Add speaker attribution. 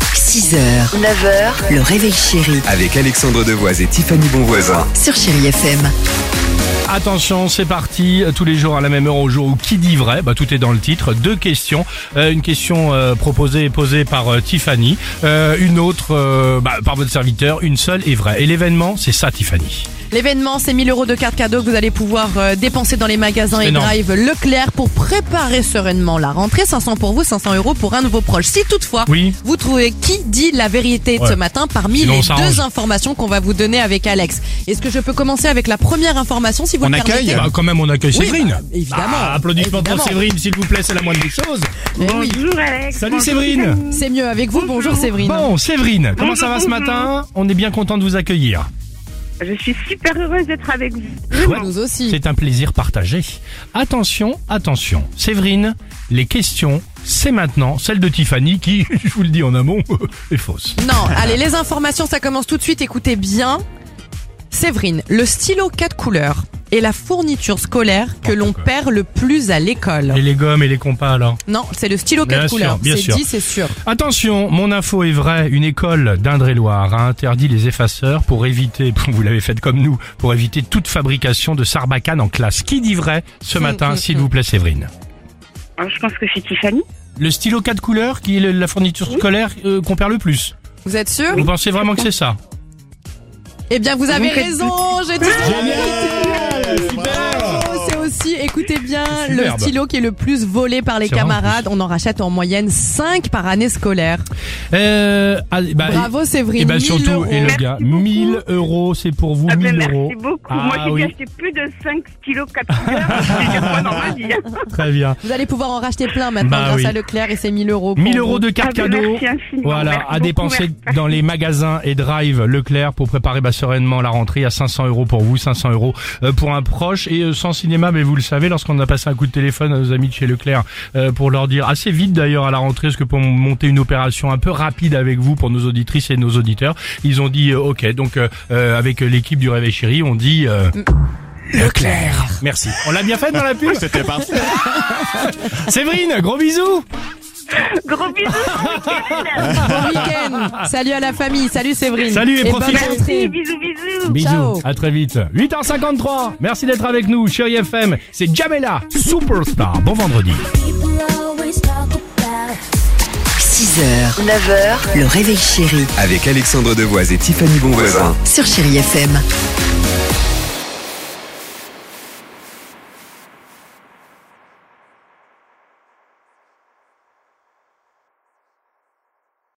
Speaker 1: 6h, 9h, le réveil chéri
Speaker 2: Avec Alexandre Devoise et Tiffany Bonvoisin.
Speaker 1: sur Chéri FM.
Speaker 3: Attention, c'est parti. Tous les jours à la même heure, au jour où qui dit vrai, bah, tout est dans le titre. Deux questions. Euh, une question euh, proposée et posée par euh, Tiffany. Euh, une autre euh, bah, par votre serviteur. Une seule est vraie. Et l'événement, c'est ça, Tiffany.
Speaker 4: L'événement, c'est 1000 euros de cartes cadeaux que vous allez pouvoir euh, dépenser dans les magasins
Speaker 3: C'est
Speaker 4: et
Speaker 3: énorme.
Speaker 4: drive Leclerc pour préparer sereinement la rentrée. 500 pour vous, 500 euros pour un de vos proches. Si toutefois,
Speaker 3: Oui.
Speaker 4: vous trouvez qui dit la vérité de
Speaker 3: Ouais.
Speaker 4: ce matin parmi
Speaker 3: Sinon, on
Speaker 4: les
Speaker 3: s'arrange.
Speaker 4: deux informations qu'on va vous donner avec Alex. Est-ce que je peux commencer avec la première information, si vous
Speaker 3: On
Speaker 4: le
Speaker 3: accueille
Speaker 4: permettez
Speaker 3: Bah, Quand même, on accueille
Speaker 4: Oui,
Speaker 3: Séverine.
Speaker 4: bah, évidemment.
Speaker 3: Ah, applaudissements
Speaker 4: Évidemment.
Speaker 3: pour Séverine, s'il vous plaît, c'est la moindre des choses.
Speaker 4: Eh oui.
Speaker 5: Bonjour Alex.
Speaker 3: Salut
Speaker 5: Bonjour,
Speaker 3: Séverine.
Speaker 5: Tiffany.
Speaker 4: C'est mieux avec vous. Bonjour Séverine.
Speaker 3: Bon, Séverine, comment
Speaker 5: Bonjour,
Speaker 3: ça va ce
Speaker 5: bonjour.
Speaker 3: matin On est bien content de vous accueillir.
Speaker 5: Je suis super heureuse d'être avec vous.
Speaker 3: Chouette.
Speaker 4: Nous aussi.
Speaker 3: C'est un plaisir partagé. Attention, attention. Séverine, les questions, c'est maintenant. Celle de Tiffany qui, je vous le dis en amont, est fausse.
Speaker 4: Non, allez, les informations, ça commence tout de suite. Écoutez bien. Séverine, le stylo 4 couleurs est la fourniture scolaire que l'on
Speaker 3: N'importe quoi.
Speaker 4: perd le plus à l'école.
Speaker 3: Et les gommes et les compas alors
Speaker 4: Non, c'est le stylo
Speaker 3: Bien
Speaker 4: 4
Speaker 3: sûr,
Speaker 4: couleurs.
Speaker 3: bien
Speaker 4: C'est
Speaker 3: sûr.
Speaker 4: dit, c'est sûr.
Speaker 3: Attention, mon info est vraie. Une école d'Indre-et-Loire a interdit les effaceurs pour éviter, vous l'avez fait comme nous, pour éviter toute fabrication de sarbacane en classe. Qui dit vrai ce matin, s'il vous plaît, Séverine
Speaker 5: Alors, Hein, je pense que c'est Tiffany.
Speaker 3: Le stylo 4 couleurs qui est le- la fourniture scolaire euh, qu'on perd le plus.
Speaker 4: Vous êtes sûr
Speaker 3: Vous pensez vraiment que c'est ça
Speaker 4: Eh bien, vous avez
Speaker 5: faites
Speaker 4: raison. J'ai dit Bravo, C'est aussi, écoutez bien, le
Speaker 3: Superbe.
Speaker 4: stylo qui est le plus volé par les
Speaker 3: C'est vrai, en
Speaker 4: camarades. On en rachète en moyenne 5 par année scolaire.
Speaker 3: Euh, allez, bah,
Speaker 4: Bravo Séverine.
Speaker 3: Et ben
Speaker 4: 1000
Speaker 3: surtout,
Speaker 4: euros.
Speaker 3: et le
Speaker 5: Merci
Speaker 3: gars,
Speaker 5: beaucoup.
Speaker 3: 1000 euros, c'est pour vous,
Speaker 5: Ah ben,
Speaker 3: 1000
Speaker 5: merci
Speaker 3: euros.
Speaker 5: beaucoup. Moi,
Speaker 3: Ah
Speaker 5: j'ai
Speaker 3: oui.
Speaker 5: acheté plus de 5 kilos 4 couleurs. C'est déjà pas dans ma vie.
Speaker 3: Très bien.
Speaker 4: Vous allez pouvoir en racheter plein maintenant
Speaker 3: Bah
Speaker 4: grâce
Speaker 3: oui.
Speaker 4: à Leclerc et c'est 1000 euros. pour
Speaker 3: 1000
Speaker 4: vous.
Speaker 3: euros de
Speaker 5: Ah
Speaker 3: cartes
Speaker 5: ben,
Speaker 3: cadeaux.
Speaker 5: merci infiniment.
Speaker 3: Voilà,
Speaker 5: Merci
Speaker 3: à
Speaker 5: beaucoup,
Speaker 3: dépenser
Speaker 5: merci.
Speaker 3: dans les magasins et drive Leclerc pour préparer bah, sereinement la rentrée à 500 euros pour vous, 500 euros euh, pour un proche et euh, sans cinéma, mais vous le savez, lorsqu'on a passé un coup de téléphone à nos amis de chez Leclerc euh, pour leur dire assez vite d'ailleurs à la rentrée, parce que pour monter une opération un peu rapide avec vous pour nos auditrices et nos auditeurs, ils ont dit euh, ok, donc euh, euh, avec l'équipe du Réveil Chéri, on dit euh, Leclerc. Merci. On l'a bien fait dans la pub. C'était parfait. Séverine, gros bisous.
Speaker 5: Gros bisous.
Speaker 4: Bon week-end. Salut à la famille. Salut Séverine.
Speaker 3: Salut et
Speaker 4: bonne
Speaker 3: profitez.
Speaker 4: rentrée.
Speaker 5: Merci. Bisous, bisous.
Speaker 3: Bisous,
Speaker 4: Ciao.
Speaker 3: à très vite. 8h53, merci d'être avec nous, chérie FM. C'est Jamela, superstar. Bon vendredi.
Speaker 6: people always talk about
Speaker 1: 6h, 9h, le réveil chéri
Speaker 2: Avec Alexandre Devoise et Tiffany Bonvoisin.
Speaker 1: sur Chéri FM.